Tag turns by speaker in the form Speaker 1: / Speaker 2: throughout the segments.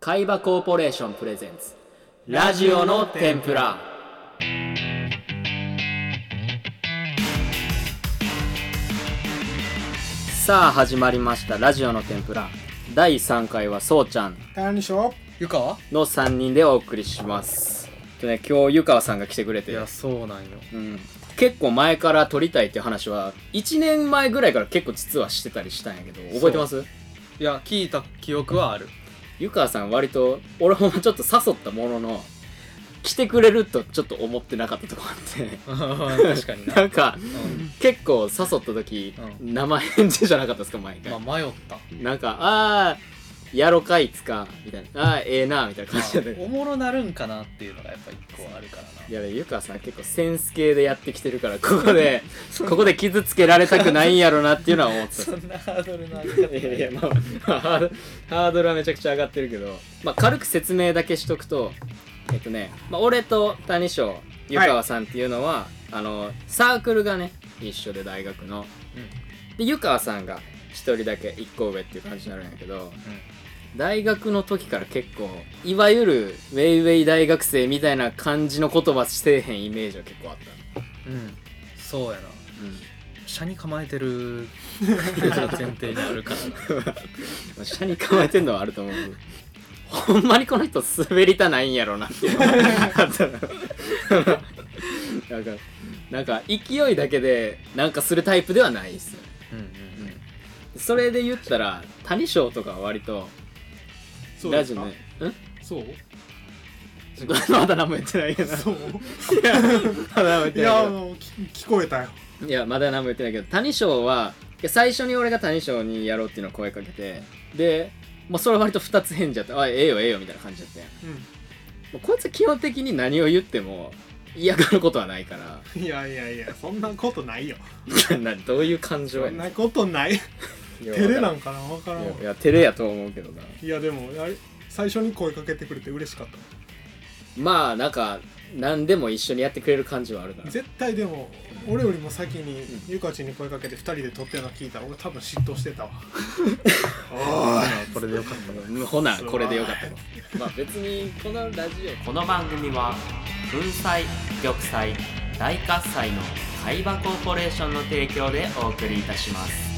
Speaker 1: 海馬コーポレーションプレゼンツラジオの天ぷらさあ始まりましたラジオの天ぷら第3回はそうちゃん
Speaker 2: 管理所
Speaker 3: ゆかは
Speaker 1: の3人でお送りしますとね今日湯川さんが来てくれ
Speaker 3: い
Speaker 1: て
Speaker 3: やそうなんよ
Speaker 1: うん、結構前から撮りたいっていう話は1年前ぐらいから結構実はしてたりしたんやけど覚えてます
Speaker 3: いや聞いた記憶は ある
Speaker 1: 湯川さん割と俺もちょっと誘ったものの来てくれるとちょっと思ってなかったとこあって
Speaker 3: あー確かにな
Speaker 1: なんか結構誘った時、
Speaker 3: う
Speaker 1: 生返事じゃなかったですか毎回、
Speaker 3: うんまあ迷った
Speaker 1: なんか「あーやろかいつか」みたいな「あーええな」みたいな感じだったけ
Speaker 3: まあ
Speaker 1: ど
Speaker 3: おもろなるんかなっていうのがやっぱ一個あるから
Speaker 1: いや湯川さん結構センス系でやってきてるからここでここで傷つけられたくないんやろなっていうのは思っ
Speaker 3: な
Speaker 1: てた
Speaker 3: そんなハードルの上げ方
Speaker 1: い やいや、まあ、ハードハードルはめちゃくちゃ上がってるけど、まあ、軽く説明だけしとくとえっとね、まあ、俺と谷翔湯川さんっていうのは、あのサークルがね一緒で大学ので湯川さんが一人だけ一個上っていう感じになるんやけど大学の時から結構いわゆるウェイウェイ大学生みたいな感じの言葉せえへんイメージは結構あった、
Speaker 3: うん、うん、そう
Speaker 1: う
Speaker 3: やな
Speaker 1: ん
Speaker 3: 車に構えてる前提にあるからな
Speaker 1: まあ下に構えてんのはあると思うけどほんまにこの人滑りたないんやろなっていうのがあったのなんかなんか勢いだけでなんかするタイプではないですよね
Speaker 3: うんうん
Speaker 1: それで言ったら谷翔とかは割と
Speaker 2: そう
Speaker 1: ラ
Speaker 2: で
Speaker 1: ジ
Speaker 2: す
Speaker 1: オ
Speaker 2: か
Speaker 1: ねうん
Speaker 2: そう
Speaker 1: まだ何も言ってないけど
Speaker 2: そう
Speaker 1: いやまだ何も言ってない
Speaker 2: いや
Speaker 1: け
Speaker 2: あ
Speaker 1: ど
Speaker 2: の聞聞こえたよ
Speaker 1: いやまだ何も言ってないけど谷翔はいや最初に俺が谷翔にやろうっていうのを声かけてで、まあ、それは割と2つ返事あって「あええよええよ」みたいな感じだったやんもうこいつは基本的に何を言っても嫌がることはないから
Speaker 2: いやいやいやそんなことないよ
Speaker 1: などういう感情
Speaker 2: そ
Speaker 1: や
Speaker 2: ん
Speaker 1: ね
Speaker 2: なことない
Speaker 1: んいや
Speaker 2: 照れな
Speaker 1: わ
Speaker 2: んかなわか
Speaker 1: からら
Speaker 2: ん
Speaker 1: んい
Speaker 2: わ
Speaker 1: やいや照れやと思うけどない
Speaker 2: やでもあれ最初に声かけてくれて嬉しかっ
Speaker 1: まあなんか何でも一緒にやってくれる感じはあるか
Speaker 2: た
Speaker 1: ら
Speaker 2: 絶対でも俺よりも先にゆかちんに声かけて2人で撮ってるの聞いたら俺多分嫉妬してたわおい
Speaker 3: これでよかった
Speaker 1: うんほな
Speaker 2: すごい
Speaker 1: これでよかったわ まあ別にこのラジオこの番組は粉砕玉砕大喝采の海馬コーポレーションの提供でお送りいたします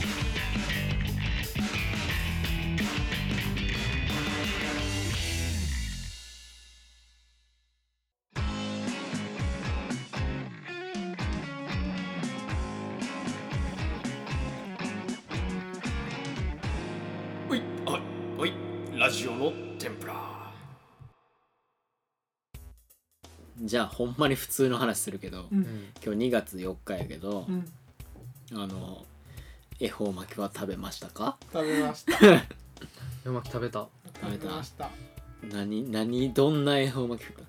Speaker 1: おいおいラジオの天ぷらじゃあほんまに普通の話するけど、
Speaker 2: う
Speaker 3: うんん
Speaker 1: 今日2月4日やけど、
Speaker 2: うん
Speaker 1: あの恵方巻きは食べましたか
Speaker 2: 食べました
Speaker 3: うまく食べた
Speaker 1: 食べた
Speaker 2: 食べました
Speaker 1: 何何どんな恵方巻き食っ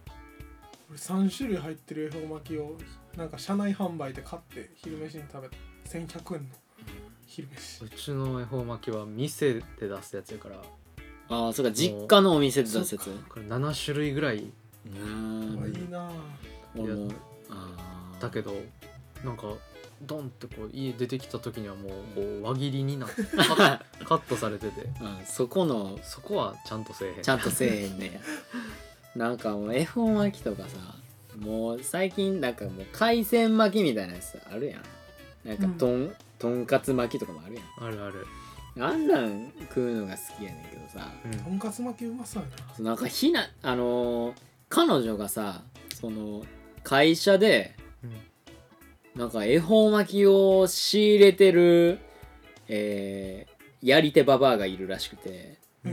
Speaker 2: 俺3種類入ってる恵方巻きをなんか車内販売で買って昼飯に食べた1100円の昼飯
Speaker 3: うちの恵方巻きは店で出すやつやから
Speaker 1: たああそうか実家のお店で出すやつ
Speaker 3: これ7種類ぐらいう
Speaker 2: まあい
Speaker 1: ん
Speaker 2: いなぁ
Speaker 1: 俺も
Speaker 3: いや
Speaker 1: あー
Speaker 3: だけどなんかドンってこう家出てきた時にはもうこう輪切りになってカッカットされてて
Speaker 1: うんそこの
Speaker 3: そこはちゃんとせえへん
Speaker 1: ちゃんとせえへんね やなんかもう恵方巻きとかさもう最近なんかもう海鮮巻きみたいなやつあるやんなんかとん、とんかつ巻きとかもあるやん
Speaker 3: あるある、
Speaker 1: あんなん食うのが好きやねんけどさ
Speaker 3: う
Speaker 2: と
Speaker 3: ん、
Speaker 2: んかつ巻きうまそうやな
Speaker 1: なんかひなあのー彼女がさその会社でなんか恵方巻きを仕入れてるえーやり手ババアがいるらしくて
Speaker 2: へえ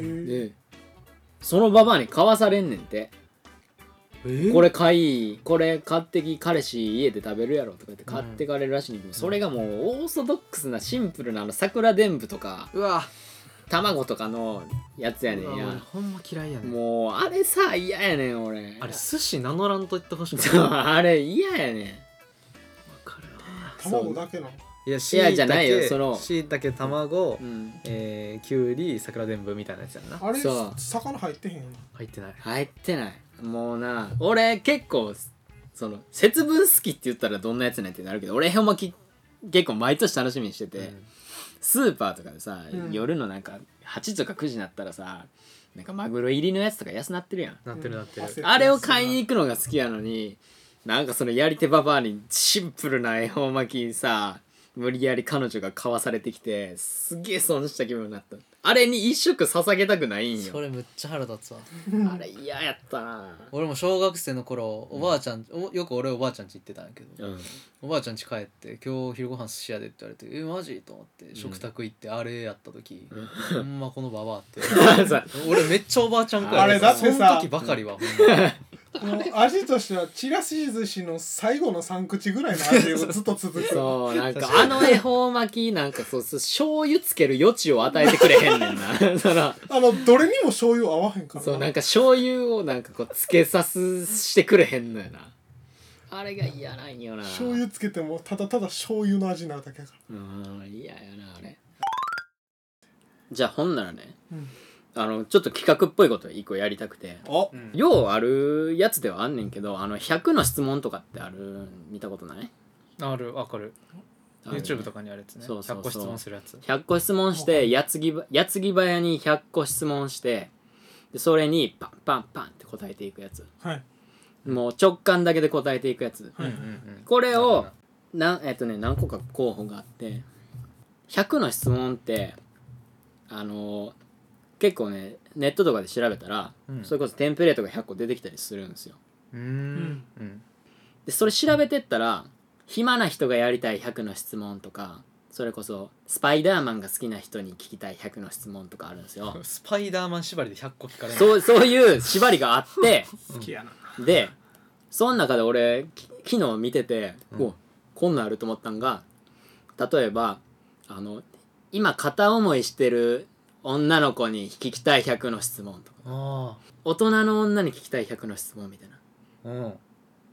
Speaker 1: でそのババアに買わされんねんて
Speaker 3: え
Speaker 1: これ買いこれ買ってき彼氏家で食べるやろとか言って買ってかれるらしいねんけど、それがもうオーソドックスなシンプルなあの桜でんぶとか
Speaker 3: うわ
Speaker 1: 卵とかのやつやねん
Speaker 3: うわ俺
Speaker 1: や
Speaker 3: ほんま嫌いやねん
Speaker 1: もうあれさ嫌やねん俺
Speaker 3: あれ寿司名乗らんと言ってほしくない
Speaker 1: そう
Speaker 3: わ
Speaker 1: あれ嫌やねん
Speaker 3: かるわ
Speaker 2: 卵だけの
Speaker 3: いや
Speaker 1: いやじゃないよその
Speaker 3: しいたけ卵、
Speaker 1: うん
Speaker 3: えー、きゅうり桜でんぶみたいなやつやんな
Speaker 2: あれ
Speaker 1: そう
Speaker 2: 魚入ってへんよな
Speaker 3: 入ってない
Speaker 1: 入ってないもうな俺結構その節分好きって言ったらどんなやつなんてなるけど俺ほんまき結構毎年楽しみにしてて、
Speaker 3: うん
Speaker 1: スーパーとかでさ、
Speaker 2: うん
Speaker 1: 夜のなんか8時とか9時になったらさなんかマグロ入りのやつとか安なってるやん
Speaker 4: なってるなってる、
Speaker 2: うん
Speaker 1: あれを買いに行くのが好きやのになんかそのやり手ババアにシンプルな恵方巻きさ無理やり彼女が買わされてきてすげえ損した気分になったあれに一食捧げたくないん
Speaker 3: そ
Speaker 1: よ
Speaker 3: れむっちゃ腹立つわ
Speaker 1: あれ嫌やったな
Speaker 3: 俺も小学生の頃おばあちゃん、およく俺おばあちゃん家行ってたんやけど、
Speaker 1: うん
Speaker 3: おばあちゃん家帰って「今日昼ご飯寿司屋で」って言われて「えマジ?」と思って食卓行ってあれやった時、ほんまこのババアって
Speaker 1: さ
Speaker 3: 俺めっちゃおばあちゃんか
Speaker 1: あれ
Speaker 2: だってさ
Speaker 3: その時ばかりはほんま
Speaker 2: もう味としてはちらし寿司の最後の3口ぐらいの味をずっと続く
Speaker 1: そうなんかあの恵方巻きなんかそうそう醤油つける余地を与えてくれへんねんな その
Speaker 2: あのどれにも醤油合わへんから
Speaker 1: そうなんか醤油をなんかこうつけさすしてくれへんのよなあれが嫌なんよな
Speaker 2: 醤油つけてもただただ醤油の味になるだけやか
Speaker 1: うん嫌やなあれじゃあほんならね、
Speaker 2: うん
Speaker 1: あのちょっと企画っぽいこと一個やりたくて
Speaker 2: らお
Speaker 3: うん
Speaker 1: ようあるやつではあんねんけどあの100の質問とかってある見たことない
Speaker 4: あるわかる YouTube とかにあるやつね
Speaker 1: そうそうそう
Speaker 4: 100個質問するやつ
Speaker 1: 100個質問して矢継ぎば矢継ぎ早に100個質問してでそれにパンパンパンって答えていくやつ
Speaker 2: はい
Speaker 1: もう直感だけで答えていくやつ
Speaker 4: うん
Speaker 2: は
Speaker 4: うん
Speaker 2: い
Speaker 4: うん
Speaker 1: これをなんえっとね何個か候補があって100の質問ってあの結構ねネットとかで調べたら、
Speaker 4: うん
Speaker 1: それこそテンプレートが100個出てきたりするんですよ
Speaker 4: うーんうん
Speaker 1: でそれ調べてったら暇な人がやりたい100の質問とかそれこそスパイダーマンが好きな人に聞きたい100の質問とかあるんですよ
Speaker 4: スパイダーマン縛りで100個聞かれる
Speaker 1: そうそういう縛りがあって
Speaker 2: 好きやな
Speaker 1: でその中で俺き昨日見てて、
Speaker 4: うん
Speaker 1: おこんなんあると思ったんが例えばあの今片思いしてる女の子に聞きたい100の質問とか
Speaker 4: あ
Speaker 1: 大人の女に聞きたい100の質問みたいな
Speaker 4: あうん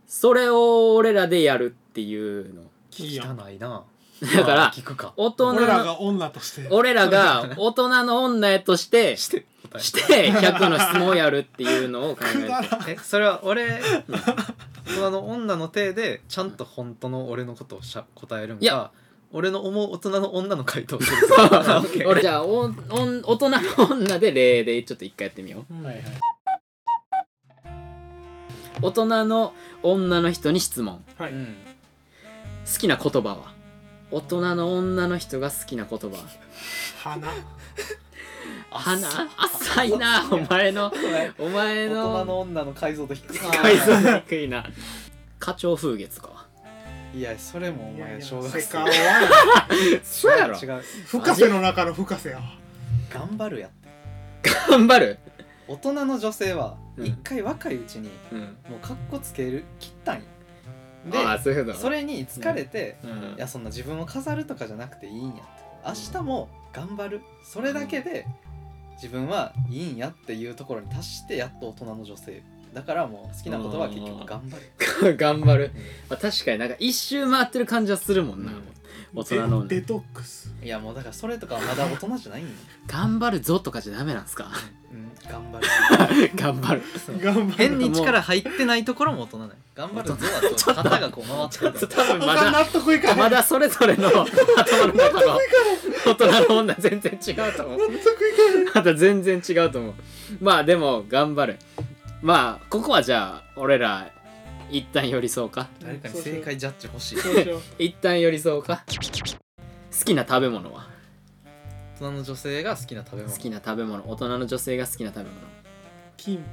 Speaker 1: それを俺らでやるっていうの
Speaker 2: いいやん
Speaker 4: 汚いな
Speaker 1: だか
Speaker 4: まあ
Speaker 1: ら
Speaker 4: 聞くか
Speaker 1: 大人
Speaker 2: 俺ら
Speaker 1: の
Speaker 2: が女として
Speaker 1: 俺ら が大人の女へとしてし
Speaker 4: して答え
Speaker 1: て100の質問をやるっていうのを考え
Speaker 2: くだ
Speaker 1: て
Speaker 2: らん
Speaker 4: えそれは俺あの女の手でちゃんと本当の俺のことをしゃ答えるん
Speaker 1: いや
Speaker 4: か俺の思う大人の女の回答をす る OK
Speaker 1: 俺じゃあおんおん大人の女で例でちょっと一回やってみよう
Speaker 2: うん
Speaker 1: 大人の女の人に質問
Speaker 2: は
Speaker 3: う
Speaker 2: い
Speaker 3: ん
Speaker 1: 好きな言葉は大人の女の人が好きな言葉
Speaker 2: 花
Speaker 1: 花浅いなお前のお前
Speaker 3: 大
Speaker 1: の
Speaker 3: 人の女の解像 度低い
Speaker 1: 解像度低いな花鳥風月か
Speaker 3: いやそれもお前小学
Speaker 2: 世
Speaker 3: 生
Speaker 2: 界は
Speaker 1: そやろ
Speaker 3: 違う
Speaker 2: 深瀬の中の深瀬やわ
Speaker 3: 頑張るやって
Speaker 1: 頑張る
Speaker 3: 大人の女性は
Speaker 1: うん
Speaker 3: 一回若いうちに
Speaker 1: うん
Speaker 3: もうカッコつける切ったんよ
Speaker 1: ああ
Speaker 3: で
Speaker 1: そういうこと
Speaker 3: それに疲れて、
Speaker 1: うん
Speaker 3: いやそんな自分を飾るとかじゃなくていいんやって明日も頑張るそれだけで自分はいいんやっていうところに達してやっと大人の女性だからもう好きなことは結局頑張る
Speaker 1: 頑張る、まあ、確かになんか一周回ってる感じはするもんな、大人の
Speaker 2: デデトックス
Speaker 3: いやもうだからそれとかはまだ大人じゃないんよ、
Speaker 1: 頑張るぞとかじゃダメなんすか
Speaker 3: うん、頑張る
Speaker 1: 頑張る
Speaker 2: 頑張る
Speaker 3: 変に力入ってないところも大人だよ頑張るぞはちょっと肩がこう回って
Speaker 1: ちょ
Speaker 3: る
Speaker 1: っ
Speaker 3: か
Speaker 1: と
Speaker 3: ら
Speaker 1: 多分ま
Speaker 2: 他
Speaker 1: だ
Speaker 2: 納得いか
Speaker 1: ま
Speaker 2: へん納
Speaker 1: だそれぞれの頭の中の大人の女全然違うと思う
Speaker 2: 得いかへん
Speaker 1: また全然違うと思うまあでも頑張るまあここはじゃあ俺ら一旦寄り添うか
Speaker 3: 誰かに正解ジャッジ欲しい
Speaker 2: そうしよう
Speaker 1: 一旦寄り添うか好きな食べ物は
Speaker 3: 大人の女性が好きな食べ
Speaker 1: 好
Speaker 3: 物
Speaker 1: きな食べ物大人の女性が好きな食べ物
Speaker 2: キン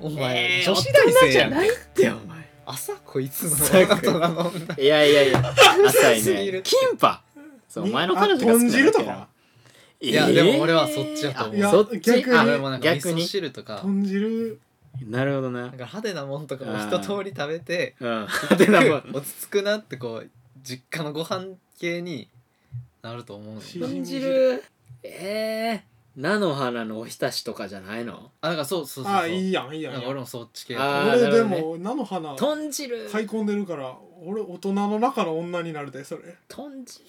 Speaker 3: お
Speaker 1: え
Speaker 3: 前、
Speaker 1: ー
Speaker 3: 女子大生やん
Speaker 1: 大人じゃないってお前
Speaker 3: 朝こいつの
Speaker 1: 最
Speaker 3: 大
Speaker 1: 悪
Speaker 3: 人の女
Speaker 1: いやいやいや浅い
Speaker 3: すぎ
Speaker 1: ね
Speaker 3: る
Speaker 1: キンパそうお前の彼女が好き
Speaker 2: 豚汁とか
Speaker 1: い
Speaker 3: いやでも俺はそっちやと思う
Speaker 1: あそっち
Speaker 2: いや
Speaker 1: あ
Speaker 2: 逆に
Speaker 3: 俺もなんか味
Speaker 1: 逆
Speaker 3: 噌
Speaker 1: に
Speaker 3: 汁とか
Speaker 2: 豚汁
Speaker 1: なるほどな
Speaker 3: なんか派手なもんとかも一通り食べて
Speaker 1: うん派手なもん
Speaker 3: 落ち着くなってこう実家のご飯系になると思うの
Speaker 2: し
Speaker 1: 豚汁えー、菜の花のおひたしとかじゃないの
Speaker 3: あだからそうそうそう
Speaker 2: あ
Speaker 3: そ
Speaker 2: あ
Speaker 3: う
Speaker 2: いいやんいいや
Speaker 3: なんか
Speaker 2: んいいやん
Speaker 3: 俺もそっち系
Speaker 1: あー
Speaker 2: 俺
Speaker 1: なる
Speaker 2: で
Speaker 1: ほどね
Speaker 2: も菜の花買
Speaker 1: 豚汁
Speaker 2: い込んでるから俺大人の中の女になるでそれ
Speaker 1: 豚汁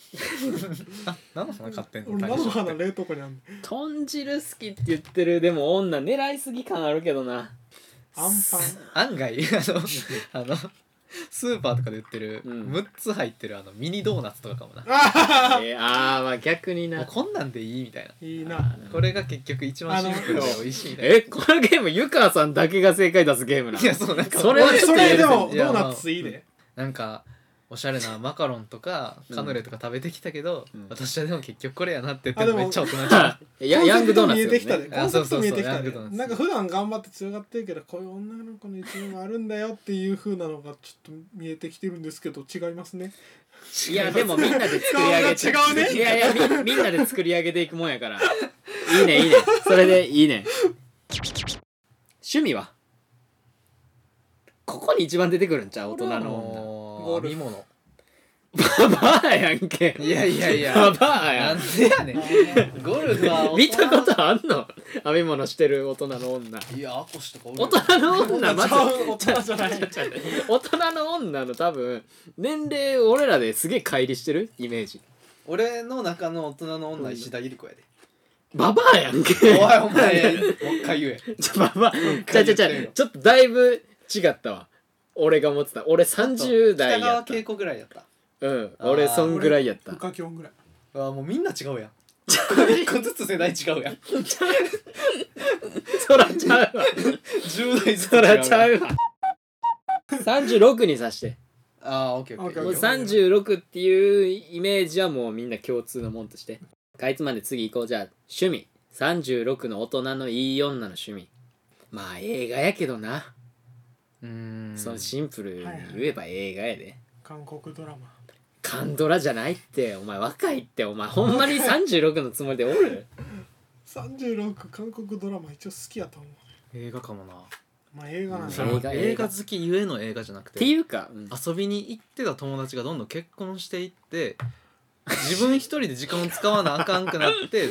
Speaker 3: あ何の花買ってんの
Speaker 2: 俺菜の
Speaker 3: 大将
Speaker 2: 花
Speaker 3: って
Speaker 2: 冷凍庫にあんねん
Speaker 1: 豚汁好きって言ってるでも女狙いすぎ感あるけどな
Speaker 2: アンパン
Speaker 3: 案外あのあの
Speaker 5: スーパーとかで売ってる
Speaker 1: うん
Speaker 5: 6つ入ってるあのミニドーナツとかかもな、
Speaker 2: あ
Speaker 1: えー、ああまあ逆に
Speaker 5: もう
Speaker 1: な
Speaker 5: こんなんでいいみたいな
Speaker 2: ーいいな
Speaker 5: これが結局一番シンプルで美味しいみたいな
Speaker 1: えこのゲーム湯川さんだけが正解出すゲームない
Speaker 5: やそうなんか
Speaker 1: それ
Speaker 5: もう
Speaker 2: それでも
Speaker 5: い
Speaker 2: ド
Speaker 5: や
Speaker 2: ーナツいいで
Speaker 5: なんかおしゃれなマカロンとかカヌレとか食べてきたけど、
Speaker 1: うん
Speaker 5: 私はでも結局これやなって言っ
Speaker 2: あ
Speaker 5: て
Speaker 2: で
Speaker 5: も
Speaker 2: も
Speaker 5: めっちゃ大人になっ
Speaker 1: え やヤングドーナツ
Speaker 2: コ
Speaker 1: よ
Speaker 2: ンセプト見えてきたで
Speaker 5: ね
Speaker 2: コンセプト見えてき
Speaker 5: あ
Speaker 2: た
Speaker 5: そうそうそうヤング
Speaker 2: で
Speaker 5: ドーナツ
Speaker 2: なんか普段頑張って強がってるけどこういう女の子の一面もあるんだよっていう風なのがちょっと見えてきてるんですけど違いますね
Speaker 1: いやでもみんなで作り上げて
Speaker 2: 顔が違うね
Speaker 1: いやいやみみんなで作り上げていくもんやからいいねいいねそれでいいね趣味はここに一番出てくるん ちゃう大人
Speaker 5: た
Speaker 1: の
Speaker 5: の編み物
Speaker 1: 女ババアやんけ
Speaker 5: いやいやい
Speaker 1: バ
Speaker 5: や
Speaker 1: バア
Speaker 5: な
Speaker 1: やん
Speaker 5: んでやねん ゴルフは大人
Speaker 1: 見たことあんの編み物してる大人の女
Speaker 5: いやアコシとかおる
Speaker 1: 大
Speaker 5: よ
Speaker 1: 人の女ま
Speaker 2: ち
Speaker 1: ず
Speaker 2: ゃう大人じゃない
Speaker 1: 大人の女の多分年齢俺らですげえ乖離してるイメージ
Speaker 5: 俺の中の大人の女石田ゆり子やで
Speaker 1: ババアやんけ
Speaker 5: おいお前もう一回言え
Speaker 1: ちょ、まあまあ、ちゃ
Speaker 5: 回
Speaker 1: ちゃちゃ
Speaker 5: 言ってよ、
Speaker 1: ちょっとだいぶ違ったわ。俺が思ってた。俺30代
Speaker 5: 北
Speaker 1: や
Speaker 5: 川
Speaker 1: った。
Speaker 5: 景子ぐらいやった
Speaker 1: うん、
Speaker 5: あー
Speaker 1: 俺そんぐらいやった。
Speaker 2: 深き音ぐらい
Speaker 5: あーもうみんな違うやん1個ずつ世代違うやん
Speaker 1: そらちゃうわ。
Speaker 5: 10代ずつ
Speaker 1: そらちゃ
Speaker 5: う
Speaker 1: うわ。36にさして。
Speaker 5: ああオッケーオッケ
Speaker 1: も
Speaker 5: ー
Speaker 1: う
Speaker 5: オッケー
Speaker 1: 36っていうイメージはもうみんな共通のもんとして。かいつまんで次行こう。じゃあ、趣味。36の大人のいい女の趣味。まあ映画やけどな。
Speaker 5: うーん
Speaker 1: そのシンプルに言えば映画やで。
Speaker 2: 韓国ドラマ
Speaker 1: カンドラじゃないってお前若いってお前ほんま に36のつもりでおる
Speaker 2: 36韓国ドラマ一応好きやと思う
Speaker 3: 映画かもな
Speaker 2: まあ映画なん
Speaker 3: そ
Speaker 2: だ
Speaker 3: れ
Speaker 1: うん
Speaker 3: も
Speaker 1: 映画
Speaker 3: 映画好きゆえの映画じゃなく
Speaker 1: ってていうか、うん
Speaker 3: 遊びに行ってた友達がどんどん結婚していって自分一人で時間を使わなあかんく なって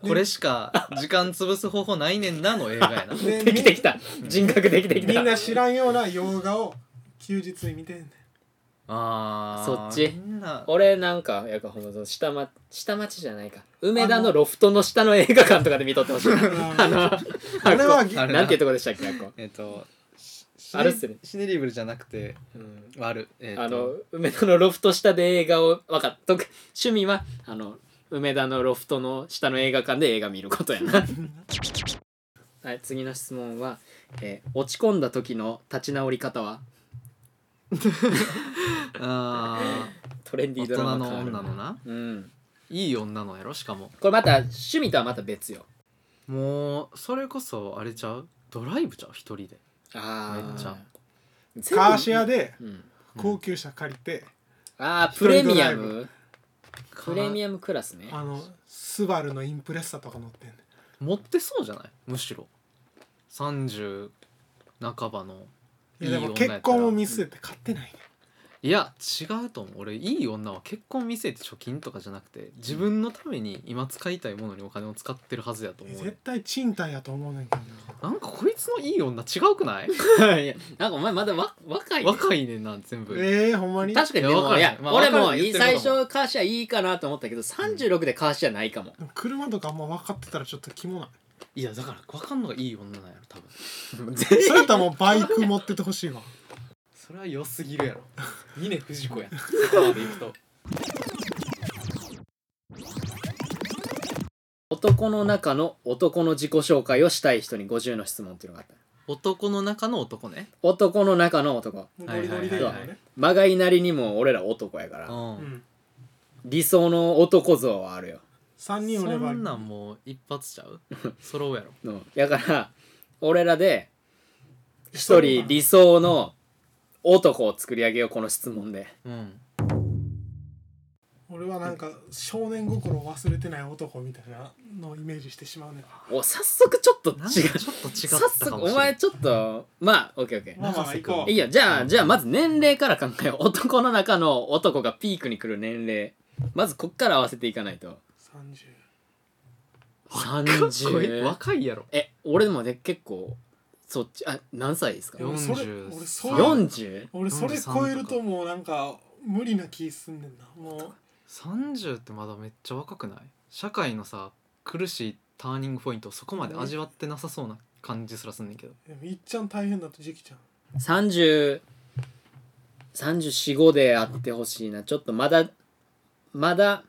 Speaker 3: これしか時間潰す方法ないねんなの映画 やな
Speaker 2: で
Speaker 1: できてきた人格できてき
Speaker 2: みみ
Speaker 1: た
Speaker 2: んな知らんような洋画を休日に見てんねん
Speaker 3: あー
Speaker 1: そっち
Speaker 3: みんな
Speaker 1: 俺なんかやっぱほんまその下,、ま、下町じゃないか梅田のロフトの下の映画館とかで見とってほしいなあの
Speaker 2: あれは
Speaker 5: あれ
Speaker 1: なんていうとこでしたっけあっこ、
Speaker 5: えっとしシ
Speaker 1: あれっすね
Speaker 5: ネシネリブルじゃなくて
Speaker 1: うん
Speaker 5: 悪えっと
Speaker 1: あの梅田のロフト下で映画を分かった趣味はあの梅田のロフトの下の映画館で映画見ることや なはい次の質問は、えー落ち込んだ時の立ち直り方は
Speaker 3: あ
Speaker 1: トレンデ
Speaker 3: ー
Speaker 1: ィー
Speaker 3: 大
Speaker 1: ドラ
Speaker 3: 人
Speaker 1: マ
Speaker 3: の
Speaker 1: 感ある
Speaker 3: 女のな
Speaker 1: うん
Speaker 3: いい女のやろしかも
Speaker 1: これまた趣味とはまた別よ
Speaker 3: もうそれこそあれちゃうドライブちゃう一人で
Speaker 1: あー
Speaker 3: めっちゃ
Speaker 1: 全部
Speaker 2: カーシェアで
Speaker 1: うん、
Speaker 2: 高級車借りて、
Speaker 1: あープレミア
Speaker 2: 一人ド
Speaker 1: ムプレミアムクラスね
Speaker 2: あのスバルのインプレッサとか乗ってんねん
Speaker 3: 持ってそうじゃないむしろ30半ばの
Speaker 2: いやで
Speaker 3: いい
Speaker 2: も
Speaker 3: 女やったら
Speaker 2: 結婚を見据えて買ってないね
Speaker 3: いや違うと思う俺いい女は結婚見せて貯金とかじゃなくて自分のために今使いたいものにお金を使ってるはずやと思う
Speaker 2: 絶対賃貸やと思うねんけど
Speaker 3: な
Speaker 2: な
Speaker 3: んかこいつのいい女違う くない
Speaker 1: いやなんかお前まだわ若いね
Speaker 3: 若いねんな全部
Speaker 2: えー、ほんまに
Speaker 1: 確かに
Speaker 3: い
Speaker 1: で
Speaker 3: や
Speaker 1: も
Speaker 3: わかる
Speaker 1: いや、
Speaker 3: まあ
Speaker 1: 俺
Speaker 3: わ
Speaker 1: も
Speaker 3: かる言ってる
Speaker 1: 最
Speaker 3: ことも
Speaker 1: 初カーシェアいいかなと思ったけど36でカーシェアないかも、
Speaker 2: でも車とかあんま分かってたらちょっとキモない
Speaker 3: いやだから分かんのがいい女なんやろ多 分
Speaker 2: それやったらもうバイク持っててほしいわ
Speaker 5: それは良すぎるや ろ峰不二子やんそこまでいくと
Speaker 1: 男の中の男の自己紹介をしたい人に50の質問っていうのがあった
Speaker 3: 男の中の男ね
Speaker 1: 男の中の男
Speaker 2: ゴ
Speaker 3: はい
Speaker 2: リゴリでいいのね
Speaker 1: まがいなりにも俺ら男やか
Speaker 3: う
Speaker 1: ら
Speaker 2: うんん
Speaker 1: 理想の男像はあるよ、
Speaker 2: 3人おれ
Speaker 3: そ
Speaker 2: ばいい
Speaker 3: んなんもう一発ち ゃう揃うやろ
Speaker 1: うん、だから俺らで一人理想の男を作り上げようこの質問で
Speaker 3: うん
Speaker 2: 俺はなんか少年心を忘れてない男みたいなのをイメージしてしまうねん
Speaker 1: お早速ちょっと違
Speaker 3: なん
Speaker 1: う
Speaker 3: かちょっと違
Speaker 1: 早
Speaker 3: ったか
Speaker 1: 速
Speaker 3: も
Speaker 1: お
Speaker 3: しれな
Speaker 1: 前
Speaker 3: い
Speaker 1: ちょっとまあオッケーオッケー
Speaker 2: まあまあ行こ
Speaker 1: いいよじゃあじゃあまず年齢から考えよう男の中の男がピークに来る年齢まずこっから合わせていかないと
Speaker 2: う30
Speaker 3: こい
Speaker 1: 30
Speaker 3: 若いやろ
Speaker 1: え俺でもね結構そっちあ何歳ですか
Speaker 2: いや俺それ俺それ
Speaker 3: 40
Speaker 1: 40?
Speaker 2: 俺それ超えるともうなんか無理な気すんねんなもう
Speaker 3: 30ってまだめっちゃ若くない社会のさ苦しいターニングポイントをそこまで味わってなさそうな感じすらすんねんけど
Speaker 2: でもいっちゃん大変だと時期ちゃん
Speaker 1: 30 345であってほしいなちょっとまだまだ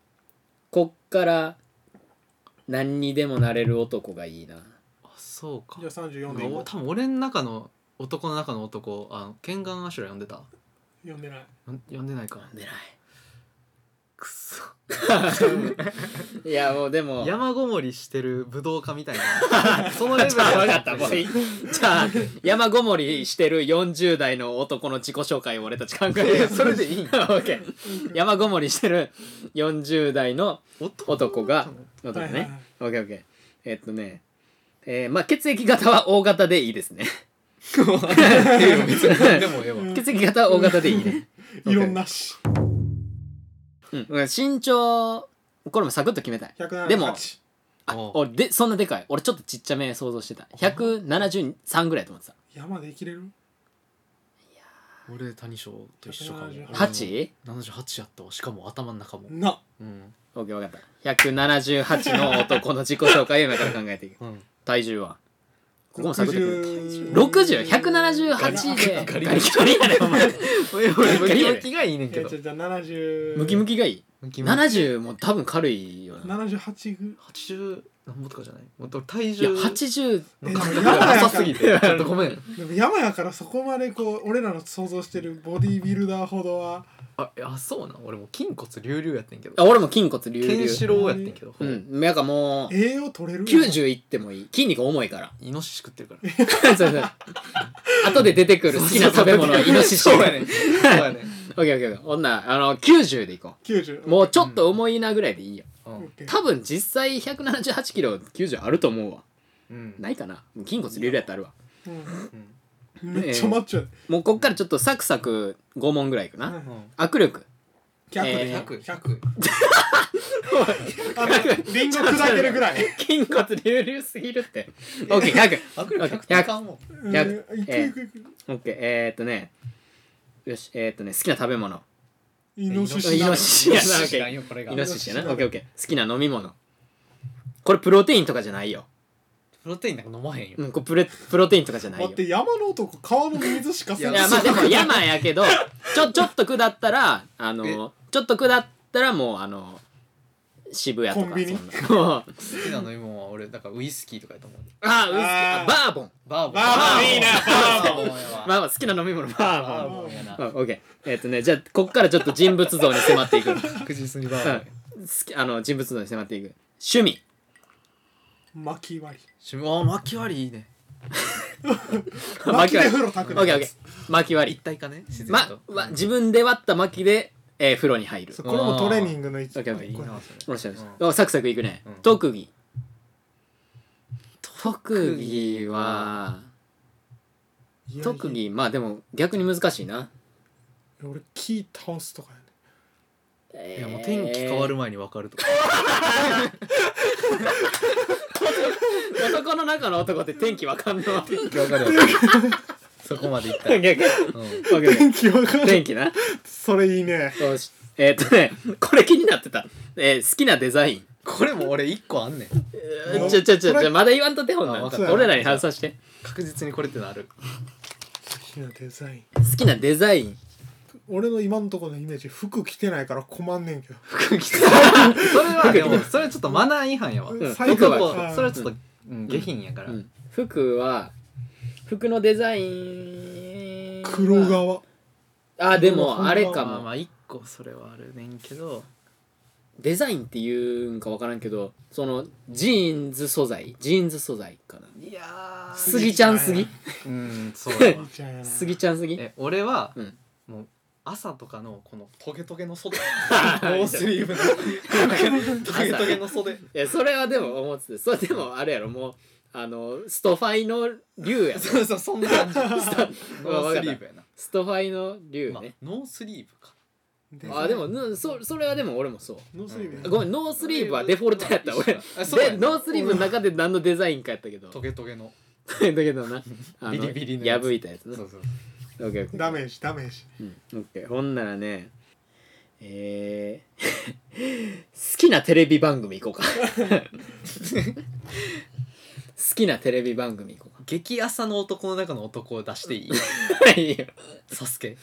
Speaker 1: こっから何にでもなれる男がいいな
Speaker 3: あそうか
Speaker 2: じゃあ34でいい
Speaker 3: お多分俺の中の男の中の男あケンガンアシュラ読んでた
Speaker 2: 読んでない
Speaker 3: ん読んでないか
Speaker 1: 出な
Speaker 3: くそ
Speaker 1: いいやもうでも
Speaker 3: 山ごもりしてる武道家みたいなそのレベル
Speaker 1: じゃあ分かったもういいじゃあ山ごもりしてる40代の男の自己紹介を俺たち考え
Speaker 3: い
Speaker 1: る
Speaker 3: やそれでいい ん
Speaker 1: オッケー山ごもりしてる40代の
Speaker 3: 男
Speaker 1: 男が男
Speaker 2: はいはい
Speaker 1: ねオッケーオッケーえっとねえーまあ血液型は O 型でいいですね
Speaker 3: でもええわ
Speaker 2: うん
Speaker 1: 血液型は O 型でいいね、
Speaker 2: はい、色なし
Speaker 1: うん、身長これもサクッと決めたい
Speaker 2: 178
Speaker 1: でもあ
Speaker 3: おう
Speaker 1: 俺でそんなでかい俺ちょっとちっちゃめ想像してた173ぐらいと思ってた
Speaker 2: 山で生きれる
Speaker 3: 俺谷翔と一緒かも
Speaker 2: 178
Speaker 1: 8?
Speaker 3: 78やったわしかも頭の中も
Speaker 2: な
Speaker 3: うん、
Speaker 1: オッケー分かった178の男の自己紹介を今から考えていく
Speaker 3: うん、
Speaker 1: 体重はここもサクッと決めた
Speaker 2: 60
Speaker 1: 60?178 でガリガリやねお前
Speaker 3: 俺俺ムキムキがいいねん
Speaker 2: い
Speaker 3: け
Speaker 2: や
Speaker 3: ど
Speaker 2: じゃあじゃあ70
Speaker 1: ムキムキがいい
Speaker 3: ムキムキ
Speaker 1: 70も多分軽いよな
Speaker 2: 78ぐ
Speaker 3: 80何ぼとかじゃないもっと体
Speaker 1: いや
Speaker 3: 重
Speaker 1: 80
Speaker 3: の感覚が浅すぎ
Speaker 1: い
Speaker 3: て
Speaker 1: や
Speaker 3: ちょっとごめん
Speaker 2: でも山やからそこまでこう俺らの想像してるボディービルダーほどは
Speaker 3: あいやそうなん俺もう筋骨隆々やってんけ
Speaker 1: あ
Speaker 3: ど
Speaker 1: 俺も筋骨隆
Speaker 3: ケンシ
Speaker 1: 々
Speaker 3: ロウやってんけどほ
Speaker 1: う
Speaker 3: ぼ
Speaker 1: んなんかもう
Speaker 2: 栄養取れる
Speaker 1: 90いってもいい筋肉重いから
Speaker 3: イノシシ食ってるから
Speaker 1: そうそう後で出てくる好きな食べ物はイノシシ
Speaker 3: そうやねんそうやねん
Speaker 1: オッケーオッケーオッケー女あの90でいこ
Speaker 2: 90
Speaker 1: うもうちょっと重いなぐらいでいいよ
Speaker 3: うん
Speaker 1: 多分実際178キロ90あると思うわ
Speaker 3: うん
Speaker 1: ないかな筋骨隆々やったらあるわ
Speaker 2: うん
Speaker 3: うん
Speaker 2: めっちゃマッチョやで
Speaker 1: もうこっからちょっとサクサク5問ぐらいいくな
Speaker 3: うん
Speaker 1: 握力
Speaker 2: 100で
Speaker 1: えー
Speaker 2: 100 100あのリンゴ砕けるぐらい
Speaker 1: 筋骨隆々すぎるってオッケー100
Speaker 3: 握力100
Speaker 1: 100
Speaker 3: とかも
Speaker 2: うん
Speaker 1: 100
Speaker 2: いくいくいく
Speaker 1: オッケーえー、っとねよしえー、っとね好きな食べ物
Speaker 2: イノシシ
Speaker 1: イノシシやなオッケ
Speaker 3: 知らん
Speaker 1: ー
Speaker 3: よこれが
Speaker 1: イ
Speaker 3: プ
Speaker 1: ノシシやなオッケーオッケー好きな飲み物これプロテインとかじゃないよ、
Speaker 3: ロテインなんか飲まへんよ
Speaker 1: うん、これプレプロテインとかじゃないよ
Speaker 2: 待って山の男川の水しか
Speaker 1: い
Speaker 2: せ
Speaker 1: や
Speaker 2: ん
Speaker 1: まあでも山やけどちょちょっと下ったらあのちょっと下ったらもうあの渋谷とか
Speaker 2: コンビニ
Speaker 1: そんなもう
Speaker 3: 好きな飲み物は俺だからウイスキーとかやと思う
Speaker 1: あウイスキー
Speaker 2: あー
Speaker 1: あバーボン
Speaker 3: バーボン
Speaker 2: バーボンいいな
Speaker 3: バーボン
Speaker 1: まあまあ好きな飲み物バーボン
Speaker 3: バーボンやな
Speaker 1: うんオッケーえっ、とねじゃあこっからちょっと人物像に迫っていく、うん、好
Speaker 3: 確実にバーボンや
Speaker 1: きあの人物像に迫っていく趣味
Speaker 2: 巻き割り
Speaker 3: しあ巻き割りいいね
Speaker 2: 巻きで風呂炊く
Speaker 1: オッケーオッケー巻き割
Speaker 3: 一体化ね自
Speaker 1: り、まわ自分で割った巻きで、えー風呂に入る
Speaker 2: そうこれもトレーニングの一
Speaker 1: オッケーオッケ
Speaker 3: いいなそれ
Speaker 1: よろしいです、おサクサクいくね、
Speaker 3: うん
Speaker 1: 特技特技はい
Speaker 2: やいや
Speaker 1: 特技まあでも逆に難しいな
Speaker 2: 俺木倒すとかやね
Speaker 3: いやもう天気変わ
Speaker 1: る
Speaker 3: る前に分かるとか
Speaker 1: 男の中の男って天気わか んの天
Speaker 3: 分かるそこまでいったらうん
Speaker 2: 天気わかる
Speaker 1: 天気な
Speaker 2: それいいね
Speaker 1: よしえーっとねこれ気になってた、えー好きなデザイン
Speaker 3: これも俺一個あんねん
Speaker 1: えーちょちょちょ
Speaker 2: これ
Speaker 1: ちょまだ言わんと手本
Speaker 3: あ
Speaker 1: な
Speaker 3: わ
Speaker 1: ん
Speaker 3: かった
Speaker 1: 俺らに話させて
Speaker 3: 確実にこれってなる
Speaker 2: 好きなデザイン
Speaker 1: 好きなデザイン
Speaker 2: 俺の今のところのイメージ服着てないから困んねんけど
Speaker 3: 服着てそれはでもそれちょっとマナー違反やわ
Speaker 1: ん
Speaker 2: 最
Speaker 1: 服
Speaker 2: 高
Speaker 1: は
Speaker 2: は
Speaker 3: それはちょっとうん下品やから
Speaker 1: うん服は服のデザインは
Speaker 2: 黒側
Speaker 1: あで
Speaker 2: ほん
Speaker 1: も
Speaker 2: ま
Speaker 1: あれ
Speaker 3: ま
Speaker 1: か
Speaker 3: あまあま
Speaker 1: も
Speaker 3: あ一個それはあるねんけど
Speaker 1: デザインっていうんか分からんけどそのジーンズ素材ジーンズ素材かない
Speaker 3: や
Speaker 1: スギちゃんすぎ
Speaker 3: うんそうやわ
Speaker 2: みたいな
Speaker 1: スギちゃんすぎ
Speaker 3: え俺は
Speaker 1: うん
Speaker 3: もう朝とかのこのトゲトゲの 袖
Speaker 1: あ
Speaker 3: ノースリーブのトゲトゲの袖
Speaker 1: いやそれはでも思っててそれでもあれやろもうあのストファイの竜やろ
Speaker 3: そうそうそんな感じノースリーブやな
Speaker 1: ストファイの竜
Speaker 3: まあ
Speaker 1: ね、
Speaker 3: ノースリーブか
Speaker 2: デザイン
Speaker 1: あでもぬそそれはでも俺もそう
Speaker 2: ノースリーブやな
Speaker 1: ごめんノースリーブはデフォルトやった俺
Speaker 3: あそうや
Speaker 1: でノースリーブの中で何のデザインかやったけど
Speaker 3: トゲトゲの
Speaker 1: だけどなあの
Speaker 3: ビリビリのやつ
Speaker 1: 破いたやつ
Speaker 3: そう
Speaker 1: な
Speaker 3: そ
Speaker 1: オ
Speaker 3: うそう
Speaker 1: ッケーオッケー
Speaker 2: ダメージダメージ
Speaker 1: うん、オッケーほんならねえ ー好きなテレビ番組行こうか好 好きなテレビ番組行こ
Speaker 3: 激朝の男の中の男を出していい
Speaker 1: うかいいよ
Speaker 3: サスケ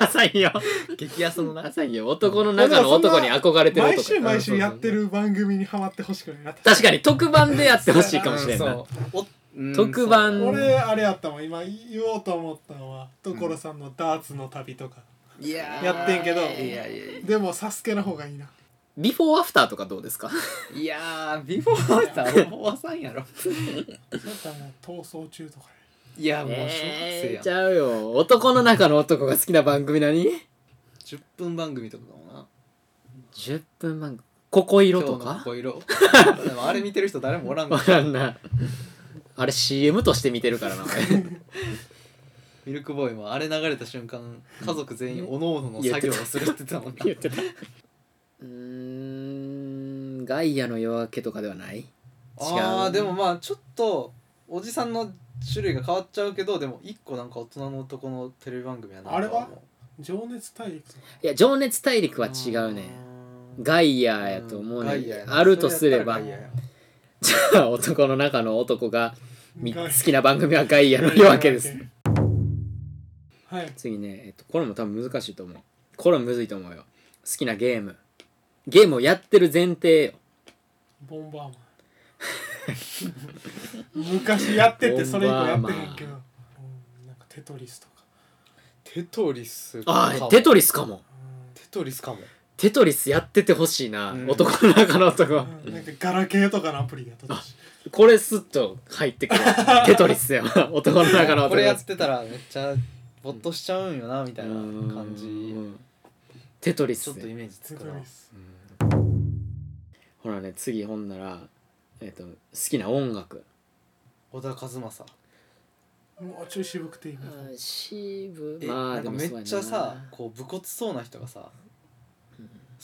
Speaker 1: 浅いよ
Speaker 3: 激朝のな
Speaker 1: 浅いよ男の中の男に憧れてる
Speaker 2: 毎
Speaker 1: と
Speaker 2: 週
Speaker 1: か
Speaker 2: 毎週やってる番組にハマってほしくないな
Speaker 1: 確かに特番でやってほしいかもしれん
Speaker 5: う
Speaker 1: なん
Speaker 5: そうおうん
Speaker 1: 特番
Speaker 5: そう
Speaker 2: 俺あれやったもん今言おうと思ったのは所さんのダーツの旅とか、
Speaker 5: いやー
Speaker 2: やってんけど
Speaker 5: いやいやい
Speaker 2: でもサスケの方がいいな
Speaker 1: ビフォーアフターとかどうですか
Speaker 5: やいやービフォーさんおばさんやろ
Speaker 2: そうやったらもう逃走中とか
Speaker 5: いやもう小学生
Speaker 1: え
Speaker 5: や
Speaker 1: ー、
Speaker 5: ん、
Speaker 1: ちゃうよ男の中の男が好きな番組何
Speaker 5: 10分番組とかかもな
Speaker 1: ?10 分番組ここ色と
Speaker 5: 今日の
Speaker 1: か
Speaker 5: 声 色でもあれ見てる人誰もおらんか
Speaker 1: わ
Speaker 5: ら
Speaker 1: からんなあれ CM として見てるからな俺
Speaker 5: ミルクボーイもあれ流れた瞬間家族全員おのおのの
Speaker 1: 言っ
Speaker 5: 作
Speaker 1: て
Speaker 5: 業
Speaker 1: た
Speaker 5: をするって言ってたもんな
Speaker 1: 言ってたうーんガイアの夜明けとかではない
Speaker 5: あーでもまあちょっとおじさんの種類が変わっちゃうけどでも一個なんか大人の男のテレビ番組やな
Speaker 2: あれは
Speaker 5: と思う
Speaker 2: 情熱大陸とか
Speaker 1: いや情熱大陸は違うねガイアやと思うね、あるとすればじゃあ男の中の男がみ好きな番組はガイアの夜明けです
Speaker 2: はい
Speaker 1: 次ね、えっと、これも多分難しいと思うこれもむずいと思うよ好きなゲームゲームをやってる前提よ
Speaker 2: ボンバーマン昔やっててそれ以降やってへんけど、うん、なんかテトリスとか、
Speaker 5: テトリス
Speaker 1: ああテトリスかも
Speaker 2: う
Speaker 5: テトリスかも
Speaker 1: テトリスやっててほしいな、
Speaker 5: うん
Speaker 1: 男の中の男は、
Speaker 2: んうん、なんかガラケーとかのアプリやったとし
Speaker 1: これスッと入っ てくるテトリスやわ男の中の男
Speaker 5: これやってたらめっちゃ没頭しちゃうんよなみたいな感
Speaker 1: う
Speaker 5: じ
Speaker 1: んテトリ
Speaker 5: ち
Speaker 1: ス
Speaker 5: ょっとイ
Speaker 1: ね
Speaker 5: メージ
Speaker 2: テ
Speaker 5: つ
Speaker 2: ト
Speaker 5: く
Speaker 2: リ
Speaker 5: な
Speaker 2: ス
Speaker 1: ほらね次ほんなら、えっと好きな音楽
Speaker 5: 小田和正
Speaker 2: もうちょい渋くていいな
Speaker 1: 渋
Speaker 5: え
Speaker 1: ま
Speaker 5: な
Speaker 1: あ
Speaker 5: ん
Speaker 1: で
Speaker 5: か
Speaker 1: も
Speaker 5: め
Speaker 1: そうやな
Speaker 5: っちゃさこう武骨そうな人がさ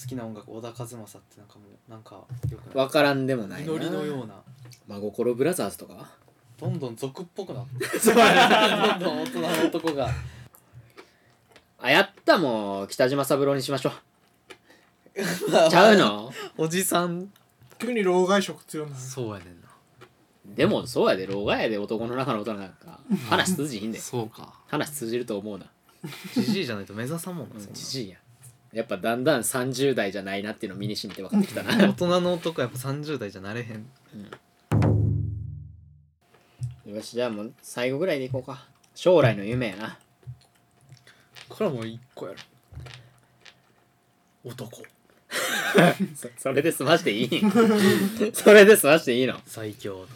Speaker 5: 好きな音楽小田和正ってなんかもうなんかよくない
Speaker 1: 分からんでもないな
Speaker 5: 祈りのような
Speaker 1: 真心ブラザーズとか
Speaker 5: どんどん俗っぽくなって
Speaker 1: そうや
Speaker 5: どん
Speaker 1: な
Speaker 5: どん大人の男が
Speaker 1: あやったもう北島三郎にしましょ うちゃうの
Speaker 3: おじさん
Speaker 2: 急に老害色強いな
Speaker 3: そうやねんな
Speaker 1: でもそうやで老害やで男の中の男なんか話通じひんで
Speaker 3: そうか
Speaker 1: 話通じると思うな
Speaker 3: じじいじゃないと目指さんもんなそんな
Speaker 1: じじいややっぱだんだん30代じゃないなっていうのを身にしみて分かってきたな
Speaker 3: 大人の男はやっぱ30代じゃなれへん
Speaker 1: よしじゃあもう最後ぐらいでいこうか将来の夢やな
Speaker 3: これはもう一個やろ男
Speaker 1: そそれで済ましてい いそれで済ましていいの
Speaker 3: 最強とか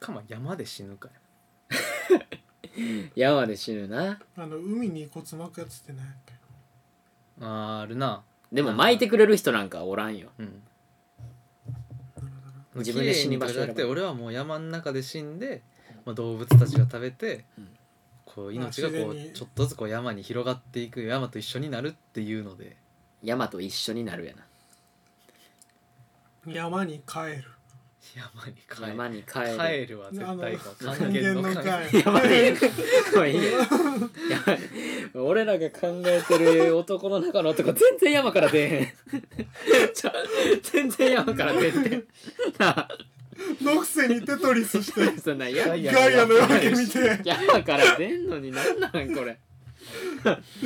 Speaker 3: かま山で死ぬかよ
Speaker 1: 山で死ぬな
Speaker 2: あの海に骨巻くやつってなんやっけ
Speaker 3: あーあるな
Speaker 1: でも巻いてくれる人なんかおらんよ
Speaker 3: うん
Speaker 1: 自分で死に場所
Speaker 3: 綺麗にとかじゃ
Speaker 1: 選
Speaker 3: なくて
Speaker 1: ば
Speaker 3: 俺はもう山の中で死んで、まあ、動物たちが食べて、
Speaker 1: うん
Speaker 3: こう命がこ
Speaker 2: あ自然
Speaker 3: う
Speaker 2: に
Speaker 3: ちょっとずつこう山に広がっていく山と一緒になるっていう ので
Speaker 1: 山と一緒になるやな
Speaker 2: 山に帰る
Speaker 3: 山に帰
Speaker 1: 山に帰
Speaker 3: る
Speaker 1: る
Speaker 3: 帰るは絶対か
Speaker 2: あの
Speaker 3: 還元の
Speaker 2: 還
Speaker 3: 還
Speaker 2: 元の帰
Speaker 1: やばいもういいややばい俺らが考えてる男の中の男全然山から出えへんちゃ全然山から出えへんな
Speaker 2: のくせにテトリスして
Speaker 1: そんなや
Speaker 2: ガイアの夜明け見て
Speaker 1: 山から出んのになんなんこれ
Speaker 2: で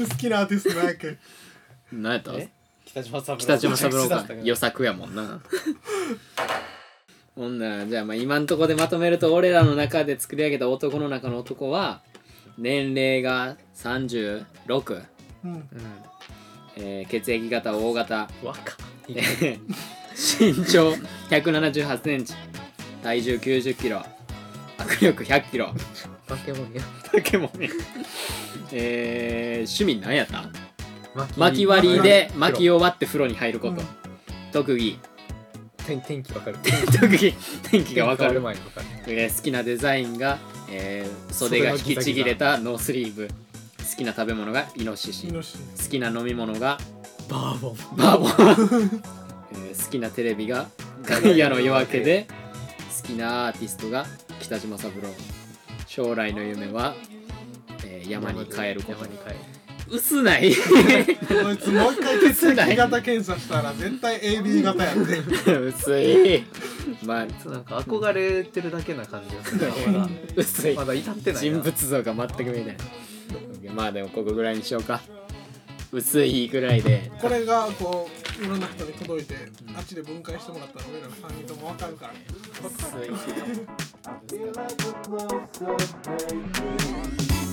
Speaker 2: 好きなアーティストなんやっけ
Speaker 1: 何やった
Speaker 5: え北島三郎
Speaker 1: 北島三郎
Speaker 5: だっ
Speaker 1: か
Speaker 5: たけど
Speaker 1: 予作やもんなほんならじゃあまあ今んとこでまとめると俺らの中で作り上げた男の中の男は年齢が36、
Speaker 2: うん
Speaker 3: うん
Speaker 1: えー血液型 O 型
Speaker 3: 若
Speaker 1: えー身長178センチ体重90キロ握力100キロ
Speaker 3: 化け物や
Speaker 1: ポケモンえー、趣味なんやった薪
Speaker 3: 巻
Speaker 1: 割りで
Speaker 3: 割
Speaker 1: 薪を割って風呂に入ること、
Speaker 2: うん
Speaker 1: 特技
Speaker 3: 天天気わかる
Speaker 1: 特技天気がわか
Speaker 3: 変
Speaker 1: る、
Speaker 3: わ前にわかる
Speaker 1: えー好きなデザインが、えー袖が引きちぎれたノースリーブ好きな食べ物がイノシシ
Speaker 2: イ
Speaker 1: 好
Speaker 2: ノシシ
Speaker 1: きな飲み物が
Speaker 3: バーボン
Speaker 1: バー ボン、えー好きなテレビがガイアの夜明けで好きなアーティストが北島三郎将来の夢は、えー山に帰ること
Speaker 3: 山に帰る
Speaker 1: 薄ない
Speaker 2: こいつもう一回血液型検査したら絶対 AB 型やって
Speaker 1: 薄いまあ
Speaker 3: なんか憧れてるだけな感じが するなまだ
Speaker 1: 薄い
Speaker 3: まだ至ってないな
Speaker 1: 人物像が全く見えないまあでもここぐらいにしようか薄いぐらいで
Speaker 2: これがこういろんな人に届いてあっちで分解してもらったら俺ら3人とも分かるからね
Speaker 1: 薄い
Speaker 5: い